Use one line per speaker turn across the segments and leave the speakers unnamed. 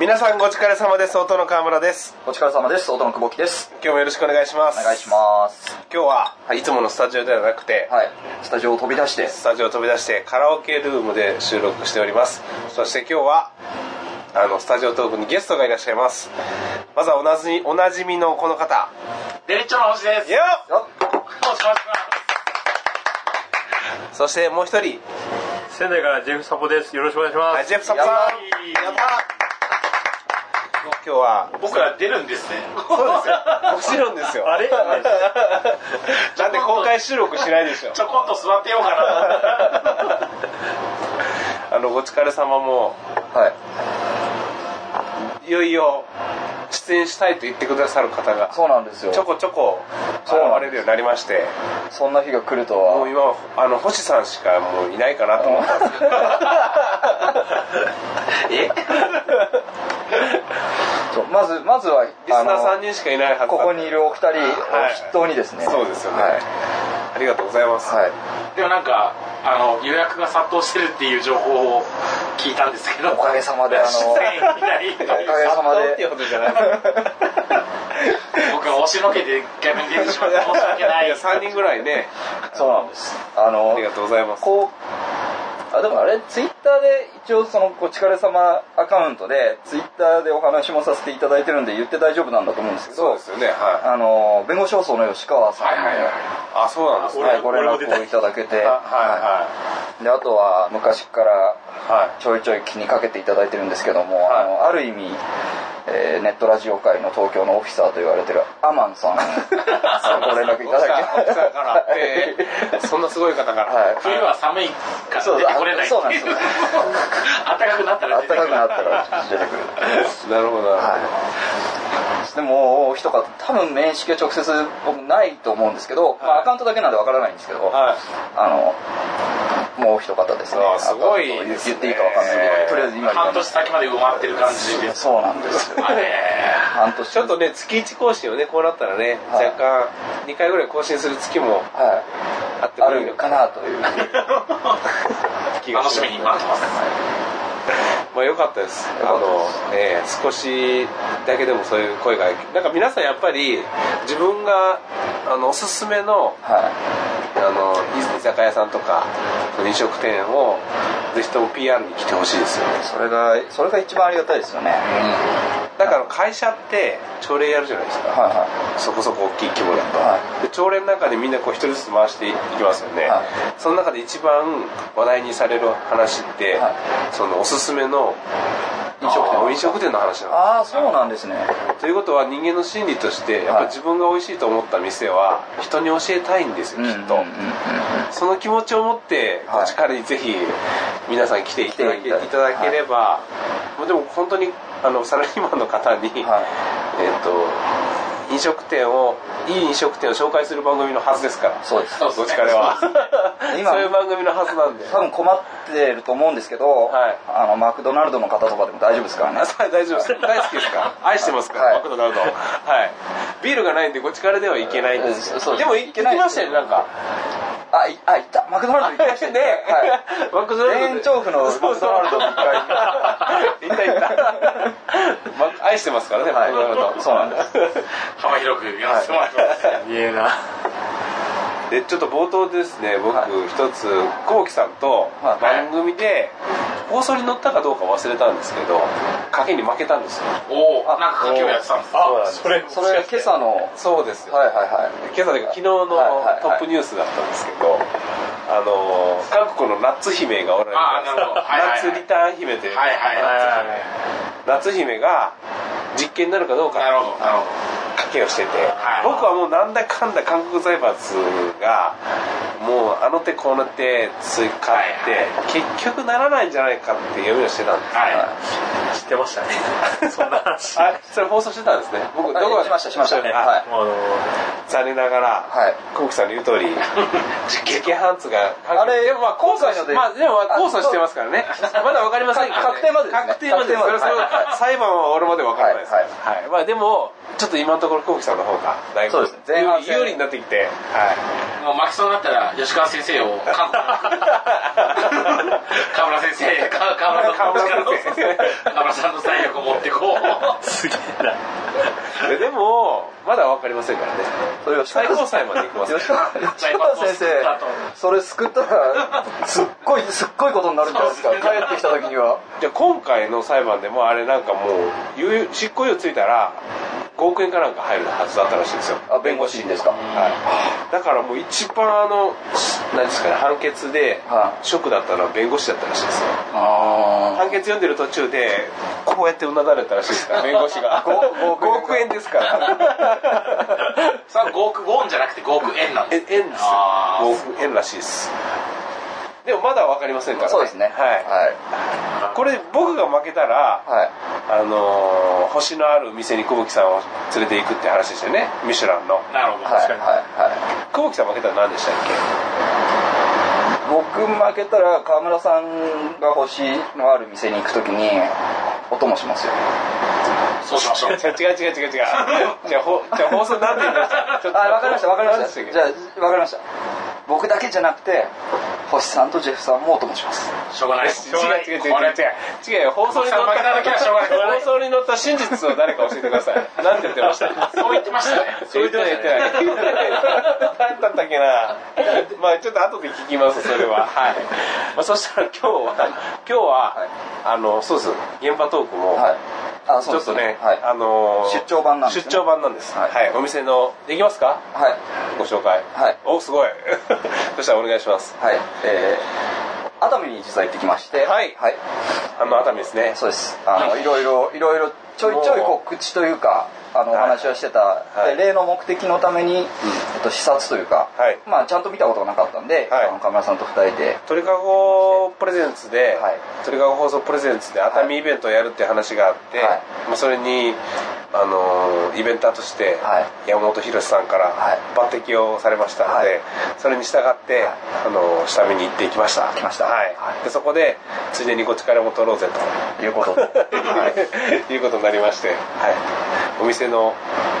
皆さんごお疲れ様です音の川村です
お疲れ様です。音の久保木です。
今日もよろしくお願いします
お願いします。
今日は、
はい
い、つものスタジオではなくて、
はい。スタジオを飛び出して、
スタジオを飛び出してカラオケルームで収録しておりますそして今日はあのスタジオトークにゲストがいらっしゃいますまずはおなじみおなじみのこの方
デリッチョの星です。
いや
よ
よろしくお願いし
そしてもう一人
ます。仙台からジェフサポです。よろしくお願いしま
あジェフサプさん
やば
やった今日は
僕ら出るんですね。
そうですよ もちろんですよ
あれ
なんで公開収録しないでしょ
ちょこんと座ってようかな。
あのお疲れ様も
はい。
いよいよ出演したいと言ってくださる方が
そうなんですよ
ち。ょこちょこ現れるようになりまして
そんな日が来ると
もう
は。
今はあの星さんしかもういないかなと思ったん ですけど
えそうまず、まずは、リ
リスナー3人しかいないはずだ
ここにいるお二人を筆頭にですね。
そうですよね、
はい。
ありがとうござい ます、
はい。
でもなんか、あの、予約が殺到してるっていう情報を聞いたんですけど。
おかげさまで、あの、
出演みたい
おかげさま
そうってい
で
う、ことじゃない
僕は押しのけて逆に出てしまって申し訳ないい
や。3人ぐらいね
そうなんです。あの
あり、がとうございます
こう、あ、でもあれ、ツイッターで一応その、お疲れ様アカウントで、ツイッターでお話もさせていただいてるんで言って大丈夫なんだと思うんですけど、
そうですよねはい
あの弁護士放送の吉川さんに、
はいはいはい
あそうなんですね
はい
俺
ご連
俺も出た
絡をいただけて、
あは
であとは昔から
いはいはい
ちょいちょい気にかけていただいてるんですけども、
はい
あのある意味、えーネットラジオ界の東京のオフィサーと言われてるアマン さんご連絡いただき
奥さんから、えーそんなすごい方から、
はい
冬は寒いから
そう
出てこれないってい
そうなんですよ
暖かくなったら
暖
出てく
か
る。
くなったら出てくる
なるほど、
はいでもお一方多分面識は直接僕ないと思うんですけど、まあ、アカウントだけなんでわからないんですけど、
はい
あのもう一方ですね
あーすごい
アカウント
ですね
言っていいかわかんないけどとりあえず今言い
半
ま
年
す
先まで埋まってる感じです。
そうなんですよ
あれ
半年
ちょっとね月1更新をねこうなったらね、
はい
若干2回ぐらい更新する月も
は
あって
いあ
くれる
る
の
か
か
なという
気が
楽
し
し
ます
みに待ってます。
まあ良かったです
良か
あ
ったで
の、ええ少しだけでもそういう声がなんか皆さんやっぱり自分があのおすすめの
は
あの居酒屋さんとか飲食店をぜひとも PR に来てほしいですよね
いそれがそれが一番ありがたいですよねはい
だから会社って朝礼やるじゃないですか
は
そこそこ大きい規模だと、
は
で朝礼の中でみんなこう一人ずつ回していきますよね、
はい
その中で一番話題にされる話って、
は
そのおすすめの飲食
あ
店
ー
飲食店の話なん
ああそうなんですね
ですということは人間の心理としてやっ
は
ぱ
い
自分が美味しいと思った店は人に教えたいんですよ、
うん
きっと、
うんうんうん
その気持ちを持って、
はい
お力にぜひ皆さん来ていただけ
来ていただいて
いただければ、もうでも本当にあのサラリーマンの方に、
は
えっと飲食店をいい飲食店を紹介する番組のはずですから
いそうです
そう
お疲れは
今
そういう番組のはずなんで
多分困ってると思うんですけど、
はい
あのマクドナルドの方とかでも 大丈夫ですからね
あそう大丈夫です大好きですか愛してますから、
はい
マクドナルドはいビールがないんでご力ではいけないんですけ
うん
ど
そう
で
です
も行きましたよねなんか
あいあ行ったマクドナルド行きました
ね
はい
マクドナルドで
田園調布のマクドナル ドに一回行
行っ
った
た行ったマク愛してますからね、
はい
マクドナルド
そうなんです
幅広くやらせてもらいます。見えな。
でちょっと冒頭ですね僕
はい
一つ久保木さんと
は
番
い
組で放送に乗ったかどうか忘れたんですけど賭けに負けたんですよ
おお、なんか書きをやってたんです。
あそ
れ
それ今朝のはい
そうですよ
はいはい
今朝で昨日のト
は
ッ
いはいはい
プニュースだったんですけどあのー韓国のナッツ姫がおられる
あーなるほどはいはい
ナッ
はい
ツリターン姫という
はいはいはいは
ナッツ姫が実験になるかどう
い。な
か
るほど、なるほ
賭けをしてて
はい
僕はもうなんだかんだ韓国財閥がもうあの手この手追加って結局ならないんじゃないかって読みをしてたんで
ど。はい。
知ってましたねそんな話
すあそれ放送してたんですね僕どこが
しましたしましたはい
あ
もうあの
残念ながら
はい
久保木さんの言う 通り実験ハンツが
あれ
でもまあ控訴
今回の
して
で
まあでもまあ控訴してますからねまだわかりませんけどね
確定までですね
確定までですそれ
確定まで
はそれは裁判は俺までわからないです
はい
はいまあでもちょっと今のところ久保木さんの方がだいぶ
そうですね前半戦
有利になってきてはい
もう巻きそうになったら吉川先生を韓国河村先生か河村さんの
河村先生
河村さんの最悪を持ってこう
すげえな
え でもまだ分かりませんからね
それ吉
最
川
高
先
裁まで行きます
生
か
吉川吉川先生それ救ったらすっごいすっごいことになるんじゃないですか帰ってきた時には
らじゃあ今回の裁判でもあれなんかもう有執行猶予ついたら5億円かなんか入るはずだったらしいですよ
あ弁護士にですか
はいだからもう一番あの何ですかね判決で
は
ショックだったのは弁護士だったらしいですよ
あ
判決読んでる途中でこうやってうなだれたらしいですから弁護士が
ご
5
ご
億円ですから
それは5億ウォンじゃなくて5億円なん
え
で
円ですよ
あー
5億円らしいですでもまだ分かりませんから、
そうですね
はい、これ僕が負けたら、
はい、はい
あのー星のある店に久保木さんを連れて行くって話でしたよねミシュランの
なるほど、
はい
確か
はい
久保木さん負けたら何でしたっ
僕負けたら川村さんが星のある店に行く時にお供しますよ
にそうしましょう
け違う違う違う違う違うじゃあほじゃあ放送何で言いましたちょっと
あ、わかりました、わかりま
何で
し。
したったけ
じゃあ、わかりました。僕だけじゃなくて、星さんとジェフさんもお供します。
しょ うがないです
違う違う違う違う違う
これ
違うよ放送に乗っ
負けた時はしょうがな
た
い
放送に乗った真実を誰か教えてください何て言ってました
そう言ってましたね
そう言ってない言ってない言ってない何だったっけなまあちょっと後で聞きますそれははい、まあ、そしたら今日は今日は、あのそうです現場トークも、
はい。あ、
ちょっとね、
はい。
あのー
出張版なんですね
出張版なんです、は
はいい
お店のできますか
はい。
ご紹介
はい
おすごい そしたらお願いします
はい。えー、熱海に実は行ってきまして、
はい
はい。
あの熱海ですね
そうです。あの、いろいろ、いろいろ、ちょいちょいこう、口というか、あの、お
はい
話をしてた、
はい
で例の目的のために、えっと、視察というか、
はい
まあ、ちゃんと見たことがなかったんで、
はい
あの川村さんと二人で、
鳥かごプレゼンツで、
はい
鳥かご放送プレゼンツで熱海イベントをやるって話があって、
はい
まあ、それに、あのーイベンターとして
はい
山本博さんか
は
ら
い
抜擢をされましたので、
はい
それに従って、
はい
あのー下見に行ってきました
来ました
はい
はい
でそこでついでにこっちからも撮ろうぜと、
いう ことで。はい。
い、うことになりまして、はい、お店の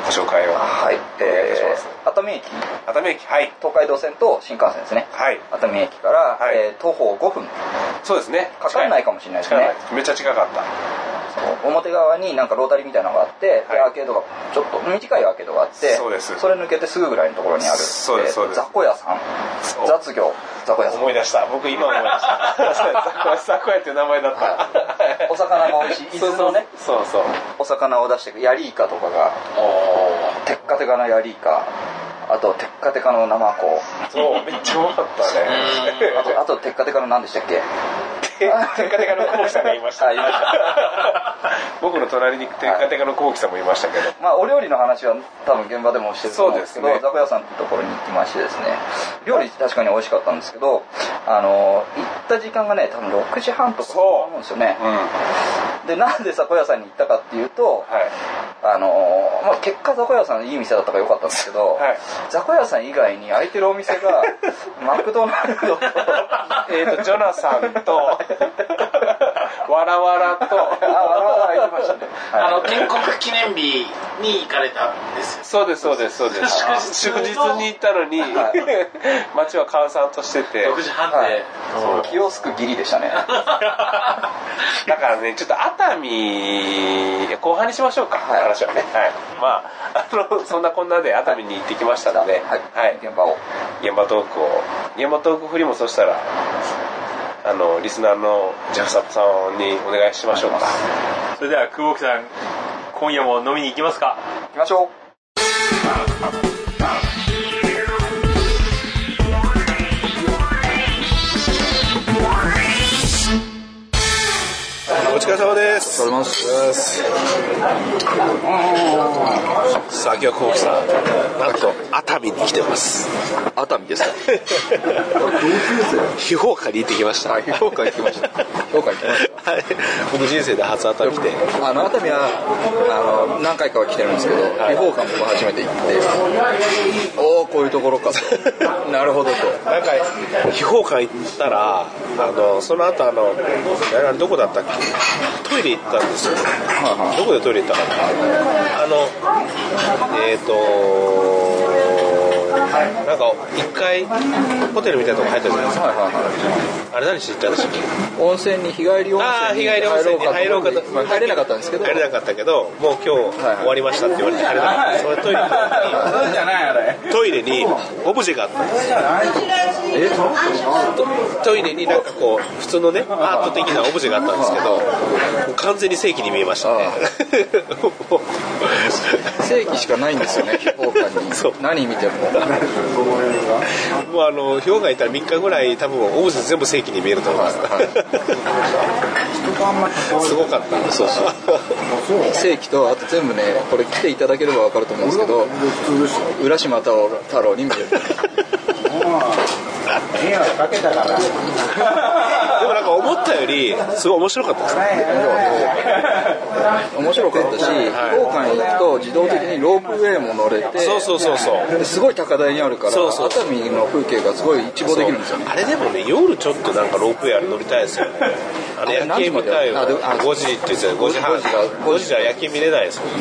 ご紹介を
はい。
お願いいたしま
え
す
ー、熱海駅、
熱海駅はい
東海道線と新幹線ですね。
はい
熱海駅から、
はい
えー徒歩5分
そうですね
かかんないかもしれないです
近い
ね
めっちゃ近かった
そう表側になんかロータリーみたいなのがあって、
はい
でアーケードがちょっと短いアーケードがあって
そうです
それ抜けてすぐぐらいのところにある
そうですそうです
雑魚屋さん
そう
雑魚雑魚屋さん
思い出した僕今思い出 したザコヤっていう名前だった、
はいお魚が美味しい伊豆のね
そうそう
お魚を出してくヤリイカとかがテッカテカのヤリイカあとテッカテカのナマコ
そうそうめっちゃうまかったね
あとあとテッカテカの何でしたっけ
テッカテカのコウキさんがいました
あいまし
僕の隣にテッカテカのコウキさんもいましたけど
まあ、お料理の話は多分現場でもしてると思うんですけど
そうですね
雑貨屋さんってところに行きましてですね料理確かに美味しかったんですけどあの行った時間がね多分6時半とかだと思うんですよね
うんは
でなんで雑貨屋さんに行ったかっていうと、
い
あのまあ、結果雑貨屋さんいい店だったから良かったんですけど、
はい
雑貨屋さん以外に空いてるお店がマクドナルドと
えっ、とジョナサン とわらわらと
ああ空いてましたね、
あ
はい
の建国記念日に行かれたんですよ
そうですそうですそうです
祝
祝
日
日に行ったのに
はい
街は閑散として て
6時半で、
はい
そう
キオスクギリでしたねは
だからね、ちょっと熱海、後半にしましょうか、
はい
話はね。はい。まあ、あの、そんなこんなで熱海に行ってきましたので、はい。
い、現場を
現場トークを、現場トーク振りもそしたら、あの、リスナーのジャフサップさんにお願いしましょうか。
それでは久保木さん今夜も飲みに行きますか
行きましょう
お疲れ様です。お疲れ様です。さあ、今日はコウキさん、なんと熱海に来てます。
熱 海ですか
非評価に行ってきました。
はい、評価行きました。評価行きまし
はい。僕人生で初熱海来て。
た。あの熱海は、あの、何回かは来てるんですけど、
い
非評価も僕初めて行って、おお、こういうところかと。 なるほどと。
なんか秘宝館行ったらあのその後あのあれどこだったっけトイレ行ったんですよどこでトイレ行ったかなあのえっ、と
なんか一回ホテルみたいなとこ入ったじゃないですか
はいはいは
あれ何して行ったんでしたっけ
い温泉に日帰り温
ああ
泉
日
に
帰り温泉に入
入
ろ
ろ
う
う
か
か
と
とまあ入れなかったんですけど
入れなかったけどもう今日
はい
終わりましたって言われて入れなかったそれトイレ
そうじゃないあれ
トイレにオブジェがあったんですトイレになんかこう普通のねアート的なオブジェがあったんですけどもう完全に正規に見えましたねもう
正規しかないんですよね福岡
そう
に何見ても
もうあの氷河いたら3日ぐらい多分オブジェ全部正規に見えると思います、すごかったそうそう
正規とあと全部ねこれ来ていただければ分かると思うんですけど浦島太郎太郎に見える
でもなんか思ったよりすごい面白かったですね
面白かったし福岡に行くと自動的にロープウェイも乗れて
そうそうそうそう
ですごい高台にあるから
そうそう
熱海の風景がすごい一望できるんですよね
あれでもね夜ちょっとなんかロープウェイあれ乗りたいですよねあれ夜景見たいよ
あでもあ
5時って言ってたよ5時半
5時だ
5時じゃ夜景見れないですもんね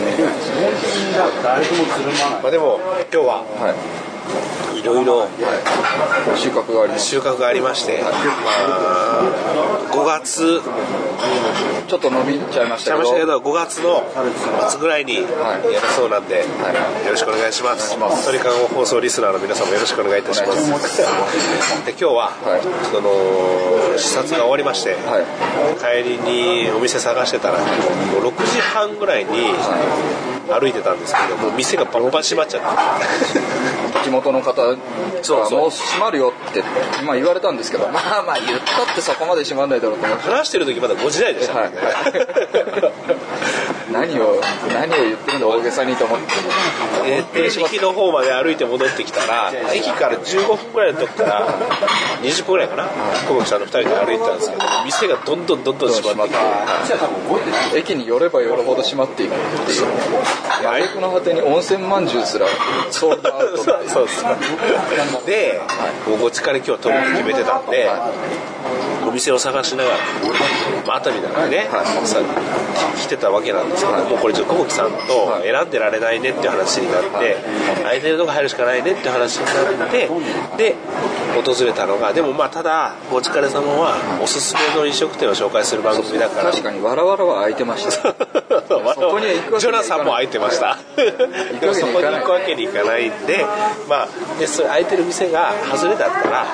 まあでも今日は
はい
いろいろ
収穫があります
収穫がありまして、まあ、5月
ちょっと伸びちゃいまし
ちゃ
た
い
けど
ましたけど5月の末ぐらいにやるそうなんで、よろしくお願いします鳥かご放送リスナーの皆さんもよろしくお願いいたしますで今日は、
はい
その視察が終わりまして、
はい
帰りにお店探してたらもう6時半ぐらいに歩いてたんですけどもう店がバンバン閉まっちゃ
地元の方から
そうそう
もう閉まるよって、まあ、言われたんですけどまあまあ言ったってそこまで閉まんないだろうと思っ
って
て
話してる時まだ5時台でしたからね、
何を何を言ってるんだ大げさにと思って
えー、駅の方まで歩いて戻ってきたら駅から15分ぐらいのとこから20分ぐらいかな小牧さんの2人で歩いてたんですけど店がどんどんどんどん閉まって
駅に寄れば寄るほど閉まっていくっていう挙句の果てに温泉まんじゅうすらソールドアウト
そうそうそうで、もうごちかに今日取るって決めてたんで、お店を探しながら、まあ、熱海なんでね、さ来てたわけなんですけど、もうこれちょっと小牧さんと選んでられないねって話になって、空いてるとこ入るしかないねって話になってで訪れたのがでもまあただお疲れ様はおすすめの飲食店を紹介する番組だから
確かにわらわらは空いてました こには行くわけにはいかない
ジョナサンも空いてましたでもそこに行くわけにいかないんで,、まあ、でそれ空いてる店が外れだったらも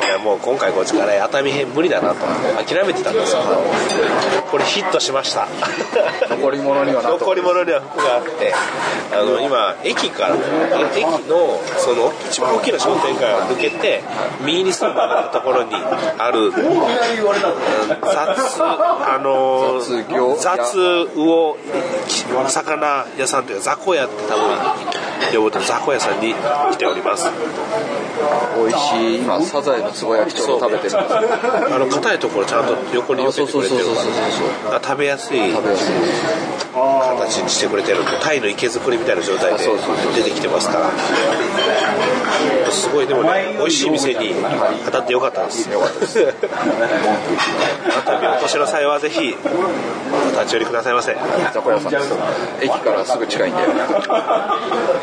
ういやもう今回こっちから熱海編無理だなと諦めてたんですよこれヒットしました
残り物にはなと
残り物には服があってあの今駅から駅のその一番大きな商店街を抜けて右に進んだところにある雑あの
雑魚屋
雑魚魚屋さんというか雑魚屋って多分呼ぶと雑魚屋さんに来ております
美味しい今サザエのつぼ焼きちょうど食べてるんですよ
あの硬いところちゃんと横に寄せてくれてる
あそうそうそうそうそう
から食べやすい
食べやすい
形にしてくれてるんでタイの池作りみたいな状態
あ
で
そうそうそう
出てきてますからすごいでもね美味しい店に当たってよかったですよかったです熱海お越しの際はぜひお立ち寄りくださいませ今
雑魚屋さんです駅からすぐ近いんで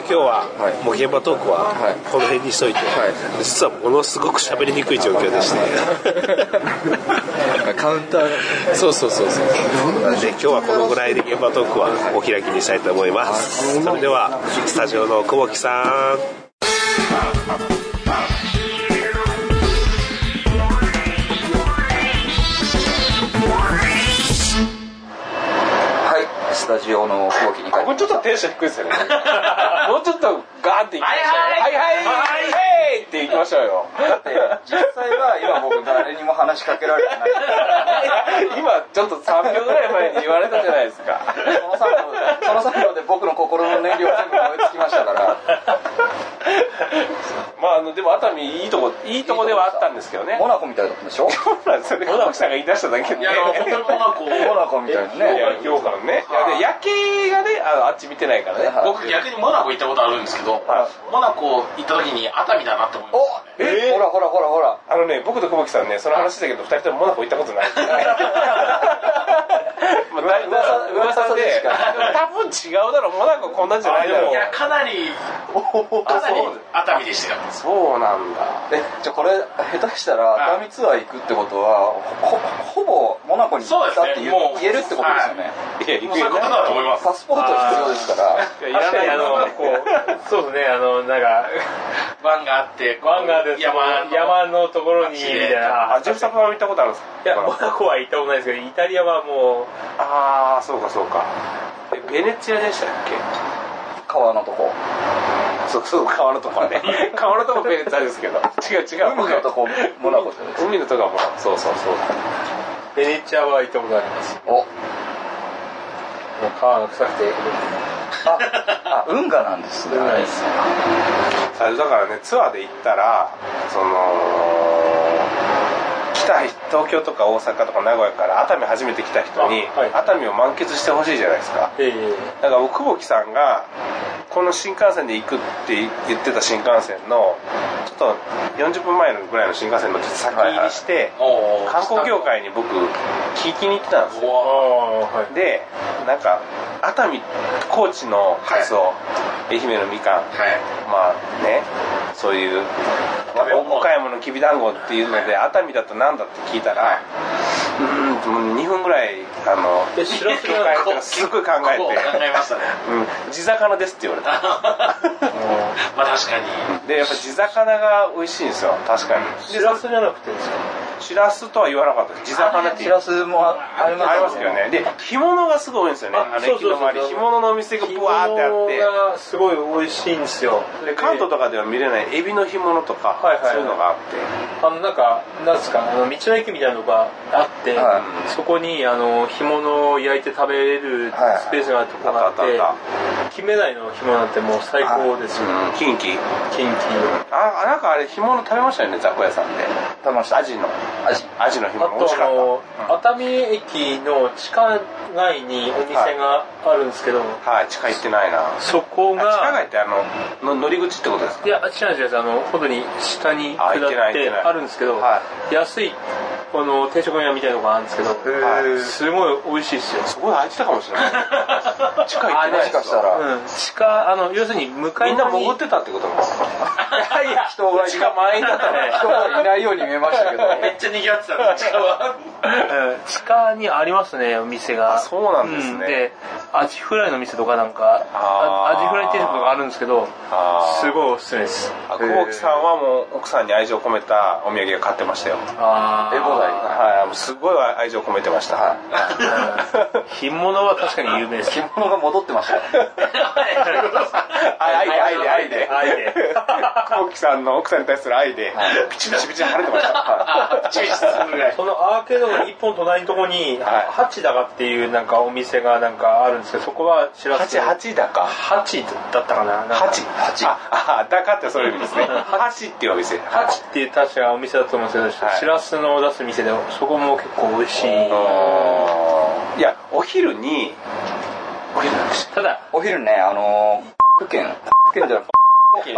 日はもう現場トークは
はい
この辺にしといて、
い
実はものすごく喋りにくい状況でして
カウンターが
そうそうそうそう。なので今日はこのぐらいで現場トークはお開きにしたいと思います。それではスタジオの久保木さん。
はいスタジオの飛行機に帰って
これちょっとテンション低いです よね。もうちょっとガーンっていきましょうよ。
はいはい
はいはいヘイっていきましょうよ。
実際は今僕誰にも話しかけられてない
今ちょっと3秒ぐらい前に言われたじゃないですか。
その3秒でその3秒で僕の心の燃料全部燃え尽きましたから
まああのでも熱海いいとこいいとこではあったんですけどね。
モナコみたいだったんでしょ
そうなんですよね。久保木さんが言い出しただけで。
いや、あの、本当にモナコ、
モナコみたいないね
や今日からね。いやで夜景がねあのあっち見てないからね。
僕逆にモナコ行ったことあるんですけど、モナコ行った時に熱海だなって思いま
お
したね。
え
ほらほらほらほら
あのね、僕と久保木さんね、その話だけど、二人ともモナコ行ったことない。まあ、だい
噂噂でしか
多
多分違うだろモナコこんなんじゃないだろ
いやかなりかなり熱海でしたよ
そうなんだ
えじゃあこれ下手したら熱海ツアー行くってことはほほほぼモナコに行ったって言,、
そうですねもう
言えるってことですよね、
いや行
もうそう
く
いう
よ
ことだと思います
パスポート必要ですから
いやいらないあのこうそうですねあのなんか
湾があってこう
湾がある
山の
山のところにみ
綺
た
麗
いな
あジェフさんから見たことあるんです
いや
か
モナコは行ったことないですけどイタリアはもう
ああそうかそうかえベネチアでしたっけ
川のとこ
そうそう川のとこは ね川のとこベネチアですけど違う違う
海のとこモナコじゃないですか
海のとこはもうそうそうそうだ
ベネチアは行ったことあります
お
もう川が臭くて
ああ運河なんですね
河です
は
だからねツアーで行ったらその来た人東京とか大阪とか名古屋から熱海初めて来た人に、
あはい
熱海を満喫してほしいじゃないですか
ええ
だから僕久保木さんがこの新幹線で行くって言ってた新幹線のちょっと40分前ぐらいの新幹線のちょっと先入りして
おー
観光業界に僕聞きに行ってたんです
う
よ
あ
わ
あはい
でなんか熱海高知のカツオ、愛媛のみかん
はい
まあねそういうお岡山のきびだんごっていうので熱海だとなんだって聞いたら、うーん2分ぐらいあの
え知らせ
教会の人がすごい考えて
こう考えま したね
うん、地魚ですって言われた
まあ確かに
でやっぱ地魚が美味しいんですよ確かに
しらすじゃなくてですか
しらすとは言わなかったです地魚って
し
いう
らすもああります
ありますよねで干物がすごい多いんですよね
あ
あの駅の周
そうそうそうそ
り
う
干物のお店がブワーってあ
がすごい美味しいんですよ
ってで関東とかでは見れないエビの干物とか
はいはいはい
そういうのがあって
あのなんかなんですかあの道の駅みたいなのがあって、
は
そこにあの干物を焼いて食べれる
はい
スペースがあるとこがあって、
あったあっ
キメダイの干物なんてもう最高ですよ、
うんキンキ
キンキの
ああなんかあれ干物食べましたよね雑魚屋さんで
食べました
アジの
アジ
アジの干物美
あ
味し
と
か
あ
っ
の、熱海駅の地下街にお店があるんですけど、
たはい地下行ってないなあ地
そこが
下街ってあのの乗り口ってことですか
いや、違う違う違う、あの、本当に下に下
あ
っ
行ってない行っててない
あるんですけど、
は
安い、この定食屋みたいなのがあるんですけど、
ー
すごい美味しいですよ。
すごい空いてたかもしれない地下行ってない
もしかしたら
うん、地下、あの、要するに向かい
みんな潜っててたってことか
人がい
地下満員だったね
人がいないように見えましたけど
めっちゃ賑わってたの地下は
地下にありますね、お店が。
あそうなんですね
で、アジフライの店とかなんか、
あー
あアジフライ定食があるんですけど、
あー
すごいおすすめです。
あ久保木さんはもう奥さんに愛情を込めたお土産を買ってましたよ
あー
エボダイ
はいもうすごい愛情を込めてました、
うん干物は確かに有名です。
着物が戻ってましたね
愛で愛で愛で
愛で
久保木さんの奥さんに対する愛でピチピチピチに晴れてました、
注意するぐらい
そのアーケードの一本隣のとこに、
はい
ハチダガっていうなんかお店がなんかあるんですけど、そこは知らず。
八八だか
ハチだったかななんか
八八ああだかってそういう意味ですね八っていうお店
ハチっていう確かお店だと思うんですけど、
はい
シラスの出す店で、そこも結構美味しい。
あーいやお昼にお昼
ただ、
お昼ねあの福県福県じゃない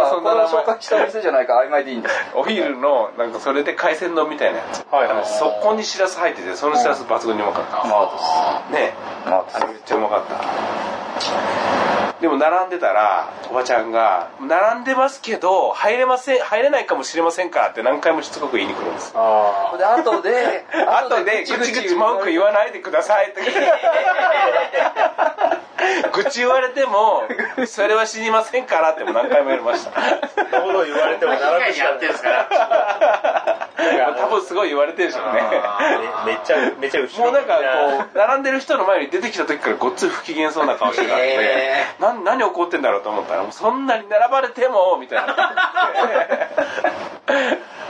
あ
そ
こ
んな
の
名前
紹介した店じゃないか曖昧でいいんです
お昼のなんかそれで海鮮丼みたいなやつ
はいはい
そこにしらす入っててそのしらす抜群にうまかった
まあ
ね
ですまあです
あれめっちゃうまかったでも並んでたらおばちゃんが「並んでますけど入れません入れないかもしれませんから」って何回もしつこく言いに来るんです
あ
で後で
あとでぐちぐち文句言わないでください って愚痴言われてもそれは死にませんからっても何回も言われ ました
あ、なるほど言われても
被
並
害
ぶし
に
か
遭っ
ない
てるんですから
多分すごい言われてるでしょうね
めめっちゃ、めっちゃ後ろ
もうなんか
み
こう並んでる人の前に出てきた時からごっつい不機嫌そうな顔してたんで、な何怒ってんだろうと思ったらもうそんなに並ばれてもみたいな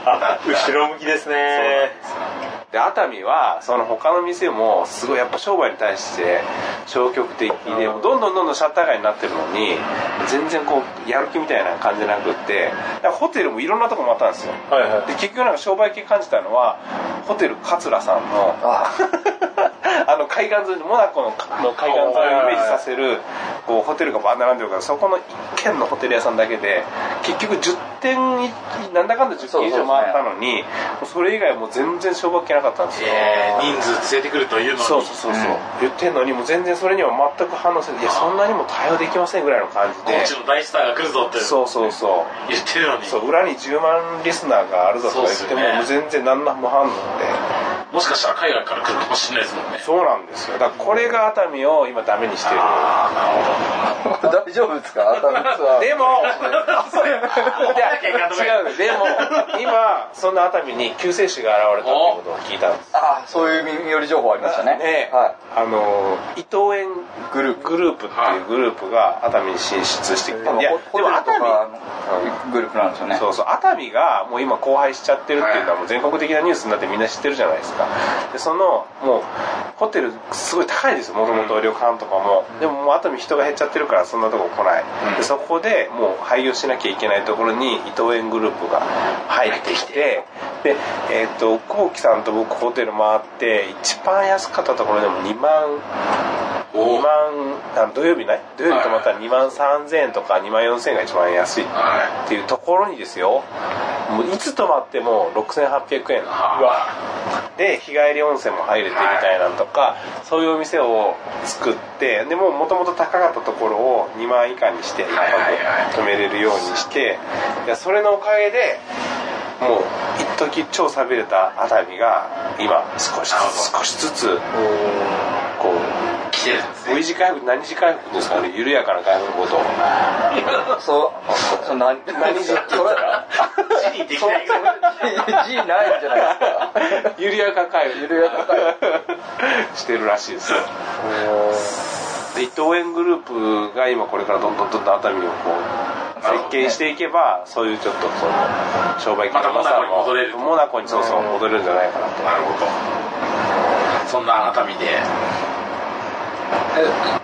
あ後ろ向きですね。
で熱海はその他の店もすごいやっぱ商売に対して消極的でどんどんどんどんシャッター街になってるのに全然こうやる気みたいな感じなくってだからホテルもいろんなとこもあったんですよ
はいはい。
で結局なんか商売系感じたのはホテル桂さんの
あ
あの海岸沿いモナコのの海岸沿いをイメージさせるこうホテルがバー並んでるからそこの一軒のホテル屋さんだけで結局10点いなんだかんだ10点以上回ったのにそれ以外はもう全然小学期なかったんですよ、
えー人数連れてくるというのに
そうそうそうそう、言ってんのにもう全然それには全く反応せずいやそんなにも対応できませんぐらいの感じ
コ
で
ーチの大スターが来るぞって
そうそうそう
言ってるのに
そう裏に10万リスナーがあるぞとか言って
そうっすよ
も,、
ね
全然何の無反応で
もしかしたら海外から来るかもしれないですもんね
そうなんですよだからこれが熱海を今ダメにしてる
大丈夫ですか熱海ツアー
で もいや違うのでも今そんな熱海に救世主が現れたってことを聞いたんです
ああそういう耳寄り情報ありましたね
ね
は
あの伊藤園グループグループっていうグループが熱海に進出してきて
い
いや
ホ
で
ホ
も
テル
熱
と
海
かのグループなんですよね
そうそう熱海がもう今荒廃しちゃってるっていうかもう全国的なニュースになってみんな知ってるじゃないですかでそのもうホテルすごい高いんですよもともと旅館とかもでももう熱海人が減っちゃってるからそんなとこ来ないでそこでもう廃業しなきゃいけないところに伊藤園グループが入ってきてでえっ、と久保木さんと僕ホテル回って一番安かったところでも2万2万あの土曜日ない土曜日泊まったら2万3000円とか2万4000円が一番安い
は
っていうところにですよもういつ泊まっても6800円で日帰り温泉も入れてみたいなのとかそういうお店を作ってでもともと高かったところを2万以下にして
いはいはい
泊めれるようにしていやそれのおかげでもう一時超寂れた熱海が今少しずつ少しずつこう
い来てるんですね
V 字回復何時回復ですかね緩やかな回復ごと
そうそう何何時って言ったら
地理できないから
G ないんじゃないですか
緩やか回復
緩やか回
してるらしいですで伊藤園グループが今これからどんどんどんどん熱海をこう設計していけばそういうちょっとその商売機
またモナコに戻れる
モナコにそうそう戻れるんじゃないかなと
なるほどそんな熱海で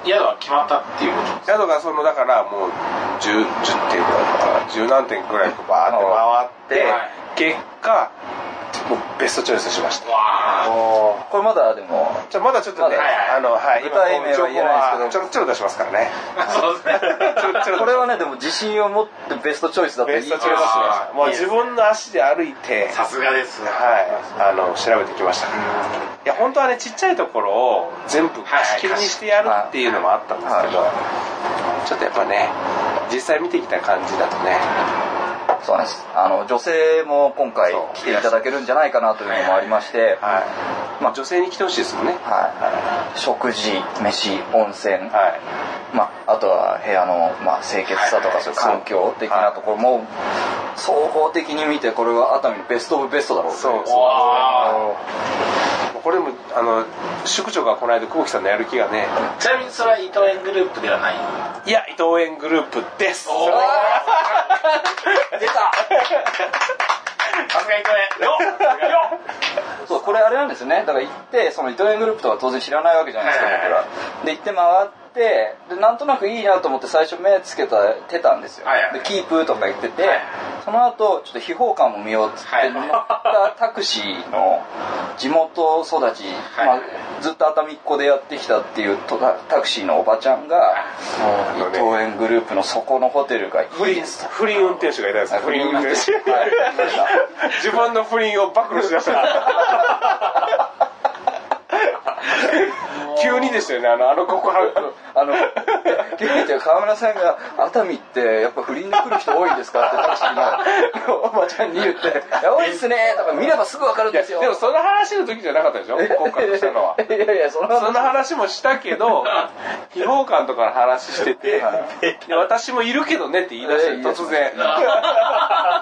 え宿は決まったっていうこと
宿がそのだからもう 10, 10点ぐらいかな十何点ぐらいバーって回
は
って結果もうベストチョイスしました
わあ
これまだでも
じゃあまだちょっとね、
まだはいはい
あのはい
具体名は言えないですけ
情報
ど
はちょろちょろ出しますからね
そうですね
ちょろちょろ
これはねでも自信を持ってベストチョイスだと
ベ
いい
ストチョイスしましたもう自分の足で歩いて
さすがです
はい、あの調べてきましたいや本当はねちっちゃいところを全部貸し切りにしてやるっていうのもあったんですけどちょっとやっぱね実際見てきた感じだとね
そうなんですあの女性も今回
そう
来ていただけるんじゃないかなというのもありまして
はいまあ女性に来てほしいですもんね
はい食事飯温泉
はい
まあ、あとは部屋の、まあ、清潔さとかそういう環境的なところも総合的に見てこれは熱海のベストオブベストだろうと
そうそう
わ
これもあの宿長がこの間久保木さんのやる気がね
あちなみにそれは伊藤園グループではない
いや伊藤園グループです
おお
出た
さすが伊藤園よっよっ
そうこれあれなんですよねだから行ってそのイトレングループとか当然知らないわけじゃないですか
はいはい
僕
は
らで行って回ってでなんとなくいいなと思って最初目つけたてたんですよ、
はいはい
でキープとか言ってて、
はい
その後ちょっと秘宝館も見ようっつって、
はい
乗ったタクシーの地元育ち、
はい
まあ、ずっと熱海っ子でやってきたっていうとタタクシーのおばちゃんが
あのね
東園グループのそこのホテルがい
不
い
倫
です
不倫運転手がいたんですよ不倫運転手
はい見ました
自分の不倫を暴露し ました急にですよねあのあの告白
あの、ケイちゃん、川村さんが、熱海って、やっぱ不倫で来る人多いんですかって、タクシーのおばちゃんに言って、いや多いっすねとか、見ればすぐわかるん
いや
で
で
すよ。
もその話の時じゃなかったでしょ告白した のは
いやいや、その
その話もしたけ ど秘宝館とかの話しててで私もいるけどねって言い出して
ええ
突然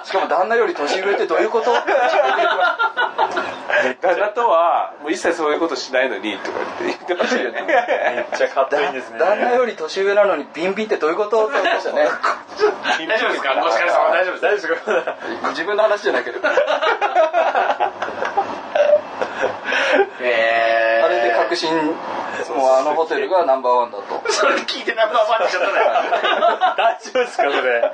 しかも旦那より年上ってどういうことって自分で言ってました
旦那とはもう一切そういうことしないのにとか言って言ってましたよね
めっちゃかっこいいですね
旦那より年上なのにビンビンってどういうことって思いましたね。
大丈夫ですかお疲れ様大丈夫です
大丈夫かな
自分の話じゃないけど。あ
えー
れで確信、もうあのホテルがナンバーワンだと。
それ聞いてナンバーワンにしちゃったね。
大丈夫ですかそれ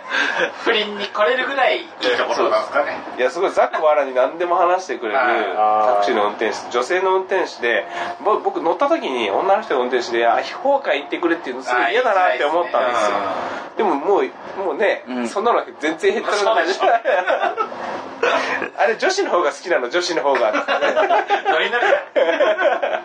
不倫に来れるぐらいいいところなんですかね。
いやすごいざっくばらんに何でも話してくれる
はい
タクシーの運転手女性の運転手でぼ僕乗った時に女の人の運転手で「あ非公開行ってくれ」っていうのすごい嫌だなって思ったんですよでももうもうね、
うん
そんなの全然減ったくない
そうでしょ
あれ女子の方が好きなの女子の方が
乗りながら。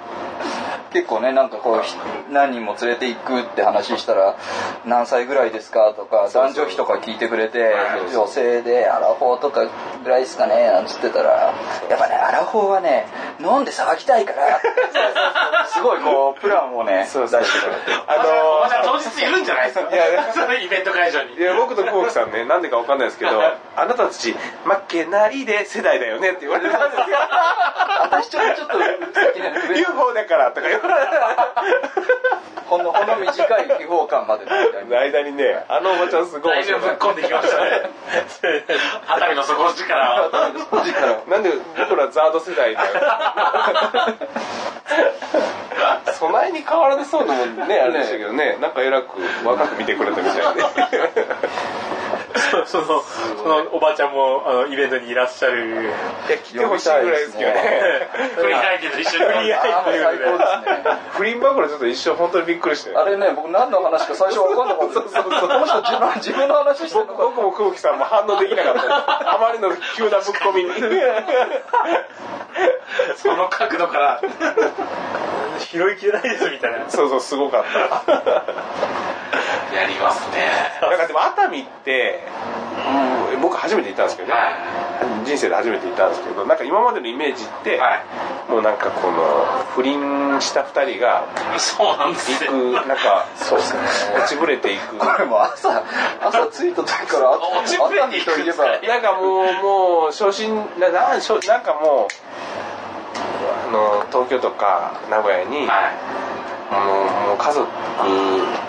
結構ねなんかこうひ何人も連れて行くって話したら「何歳ぐらいですか?」とか男女比とか聞いてくれて女性で「アラフォーとかぐらいですかね?」なんつってたらやっぱねアラフォーはね飲んで騒ぎたいから すごいこうプランをね
そうそう
出してくれて
あのー
まだ当日いるんじゃないですか。
いや
そのイベント会場に
い。や僕とコウキさんねなんでかわかんないですけど「あなたたち負けないで世代だよね」って言われたんですよ
私ちょっとちょっと先に
UFO だからとか言われ
ほんのほんの短い秘宝感までの間に
て間にねあのおばちゃんすごい
だ
面
いぶ
白
ぶっ
い
込んできましたね。熱海の底力を。
なんで僕らザード世代だよ備えに変わらず そうなもんねあれでしたけどねなんか偉く若く見てくれたみた いで
そそのそのおばあちゃんもあのイベントにいらっしゃる
いや来てほしいぐらいですけどね
振り返ってと一緒に。
あーもう最高ですね
不倫バクロちょっと一生本当にびっくりして
あれね、僕何の話か最初分かんなかった。そうそうそう。この 人自分の自分の話してるのか。
僕も久保木さんも反応できなかったですあまりの急なぶっ込み に
その角度から。
拾いきれないですみたいな
そうそうすごかった
やりますね。
なんかでも熱海って僕初めて行ったんですけどね
は
人生で初めて行ったんですけどなんか今までのイメージって、
は
もうなんかこの不倫した2人が
い。そうなんですよ。
行くなんかそうですね落ちぶれていく
これもう朝、朝着いた時から、
落ちぶれていく
熱海といえば、
なんかもうもう昇進ななん昇なんかもうあの東京とか名古屋に、
は
もうもう家族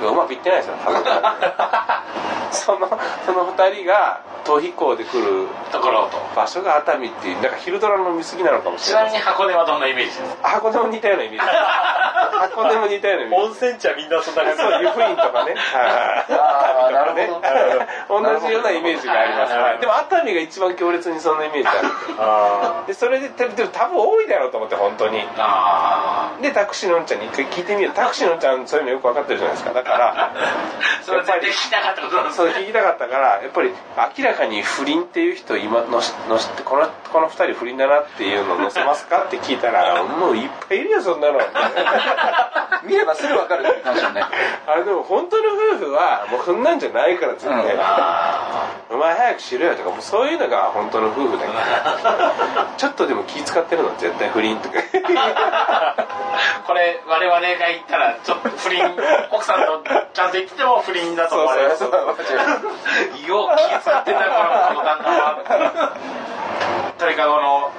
がうまくいってないですよ家族 がそのその2人が逃避行で来る
い。ところと。
場所が熱海っていうなんか昼ドラの見過ぎなのかもし
ち
れな
ないみに箱根はどんなイメージですか
箱根も似たようなイメージ 箱根も似たようなイメージ
温泉地はみんなそんな感じ
そう湯布院とかね、
あーな
はい
るほど
同じようなイメージがあります、はいでも熱海が一番強烈にそんなイメージある
あ
でそれでででも多分多いだろうと思って本当に
あ
でタクシーのうんちゃんに一回聞いてみるタクシーのうんちゃんそういうのよく分かってるじゃないですかだから
あ。それは絶対聞きなかったことなんです
そう聞きたかったからやっぱり明らかに不倫っていう人今のしのしこのこの2人不倫だなっていうの載せますかって聞いたらもういっぱいいるよそんなの
見ればすぐ分かるっていう話よね。
あれでも本当の夫婦はもうそんなんじゃないから絶対、
うん
お前早くしろよとかもうそういうのが本当の夫婦だからちょっとでも気使ってるのは絶対不倫とか
これ我々が言ったらちょっと不倫奥さんとちゃんと言ってても不倫だと思われる
そう
よう気使ってたこのこの旦那 は鳥かごの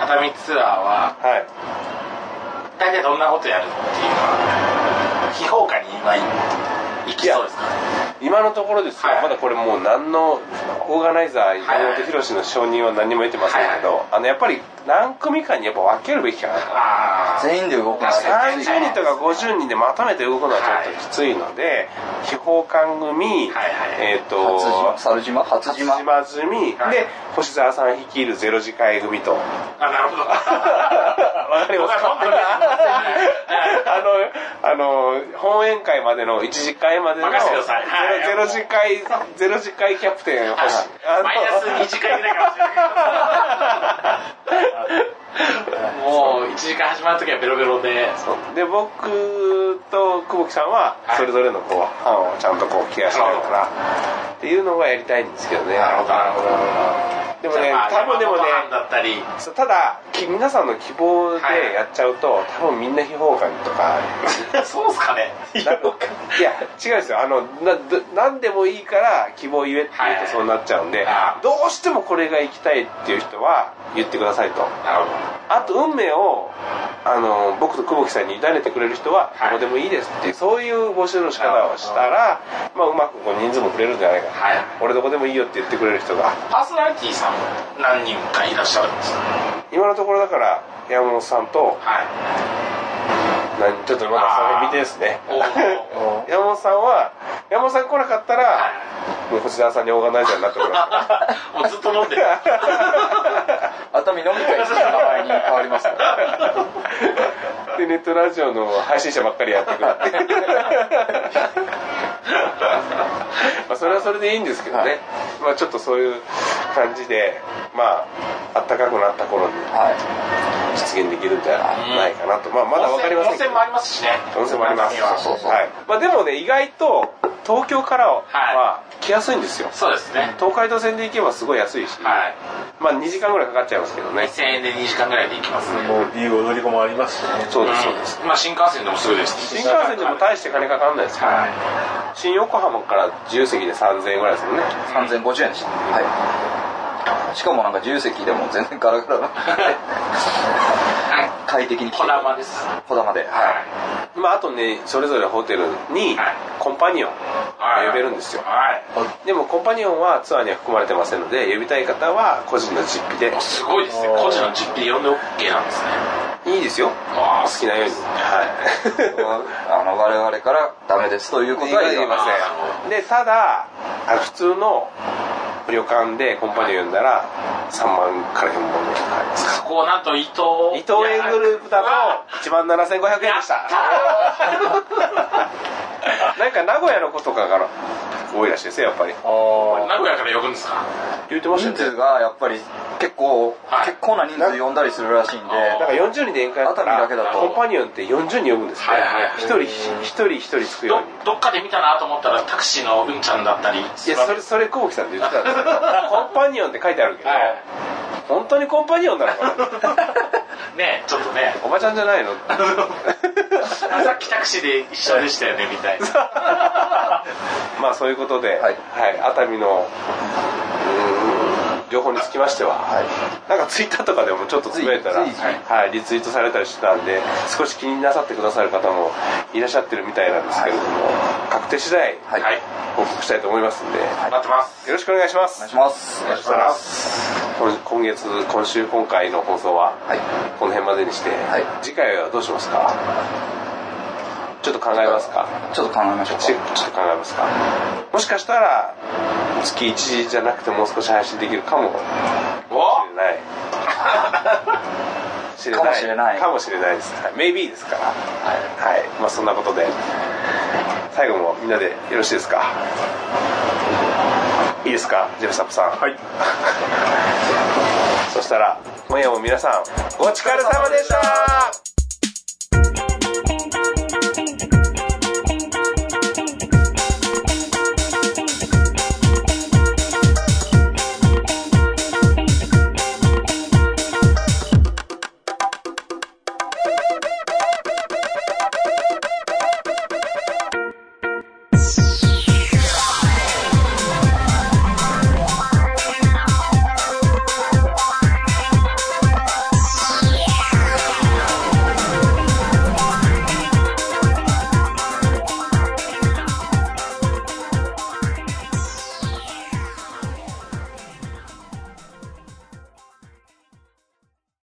熱海ツアーは
はい
大体どんなことやるっていうのは非評価に今行きそうですか
今のところですよ、
はい
まだこれもう何のオーガナイザー
はい
岩本博の承認は何も得てませんけど、あのやっぱり何組かにやっぱ分けるべきかなと
ああ
全員で動くのは
30
きつい
人とか50人でまとめて動くのはちょっときついので、秘宝館組、
はいはい
えっ、
初島、
と
猿島、初
初
島。
島組、
はい
で星沢さん率いるゼロ次会組 と
あなるほど
わかります
本当に
あの、あの、本宴会までの1次会までの、
任せてくださいはい
ゼロゼロ次会、ゼロ次会キャプテンを欲しい。あの
マイナス2時間ぐらいかもしれないけどもう1時間始まる時はベロベロで
そうで、僕と久保木さんは、
はい
それぞれのこう、班をちゃんとこう、ケアしながら、っていうのがやりたいんですけどね。
なるほどなるほど
でもね
じゃあ、
多分でもね、
山本藩だったり
そうただき皆さんの希望
はい
でやっちゃうと、多分みんな秘宝館とか
そうっすかね
なんかいや違うんですよあのなど何でもいいから希望言えって
は
言
いうはい
とそうなっちゃうんで、
あー
どうしてもこれが行きたいっていう人は言ってくださいと
なるほど
あと運命をあの僕と久保木さんに委ねてくれる人は
はい
どこでもいいですっていうそういう募集の仕方をしたら、まあ、うまくこう人数もくれるんじゃないかな
はい
俺どこでもいいよって言ってくれる人が
パーソナリティさんも何人かいらっしゃるんですか
今のところだから山本さんと
はい
何ちょっとまだそれ見てですね
おー
本さんは山本さん来なかったらもう星沢さんにオーガナイザーになってもらう
もうずっと飲んでる。
熱海飲み会する名前に変わりますから
でネットラジオの配信者ばっかりやってくるってまあそれはそれでいいんですけどね、
はい
まあちょっとそういう感じでまああったかくなった頃に
は
実現できるんじゃないかなと、まあまだわかりません
温
け
泉
ど
もありますしね。
温泉もあります
そう
そうそう
はいまあ、でもね意外と東京からは
は
来やすいんですよ、
ですね。
東海道線で行けばすごい安いし、
はい。
まあ2時間ぐらいかかっちゃいますけどね
2000円で2時間ぐらいで行きますね。
もうビュー踊り子もありますしね
そうですそうです、
うんまあ新幹線でもすぐです。
新幹線でも大して金かかんないですから、
はい。
新横浜から自由席で3000円ぐらいですもんね
い3050円でしたはいしかもなんか自由席でも全然ガラガラな快適に来て
小玉です。は
こだまではい
い。
まああとねそれぞれホテルに
はい
コンパニオン
はい
呼べるんですよ
はい。
でもコンパニオンはツアーには含まれてませんので呼びたい方は個人の実費で
すごいですね。個人の実費で呼んで OK なんですね。
いいですよ
あ
好きなように はい
あの我々からダメですということは言えません
せんでただあの普通の旅館でコンパニオン呼んだら3万から4万ぐらいかかります
そこをなんと伊藤。
伊藤園グループだ
は
と1万7500円でしたなんか名古屋の子とかが多いらしいですよやっぱり
あ
名古屋から呼ぶんですか
言ってました
人
よね
数がやっぱり結構、
はい
結構な人数呼んだりするらしいんで
なんか40人で宴会やったら
熱海だけだと
コンパニオンって40人呼ぶんですって
はいはいはい
一人一人一人つくよう
ど
に
どっかで見たなと思ったらタクシーのうんちゃんだったり
いやそれそれ久保木さんって言ってたんです けどコンパニオンって書いてあるけど、
は
本当にコンパニオンなのかない
ねちょっとね
おばちゃんじゃないの
あさっきタクシーで一緒でしたよねみ たいな
まあそういうことで、
はい
熱海のうーん情報につきましては、なんかツイッターとかでもちょっとつぶやいたら、
ついつい
はい、リツイートされたりしてたんで少し気になさってくださる方もいらっしゃってるみたいなんですけれども、確定次第
はい、
はい
報告したいと思いますんで、
待ってます
よろしくお願いしま
お願い
す
します
そしたら今今月今週今回の放送は
はい
この辺までにして、
い
次回はどうしますかちょっと考えますか
ちょっと考えましょう
ち
か
ょっと考えますかもしかしたら月1じゃなくてもう少し配信できるかもし
お
れない知れ
かもしれない
かもしれないですはい maybe ですからはい、まあそんなことで最後もみんなでよろしいですかいいですかジェフサップさん はいそしたら今夜も皆さんお疲れ様でした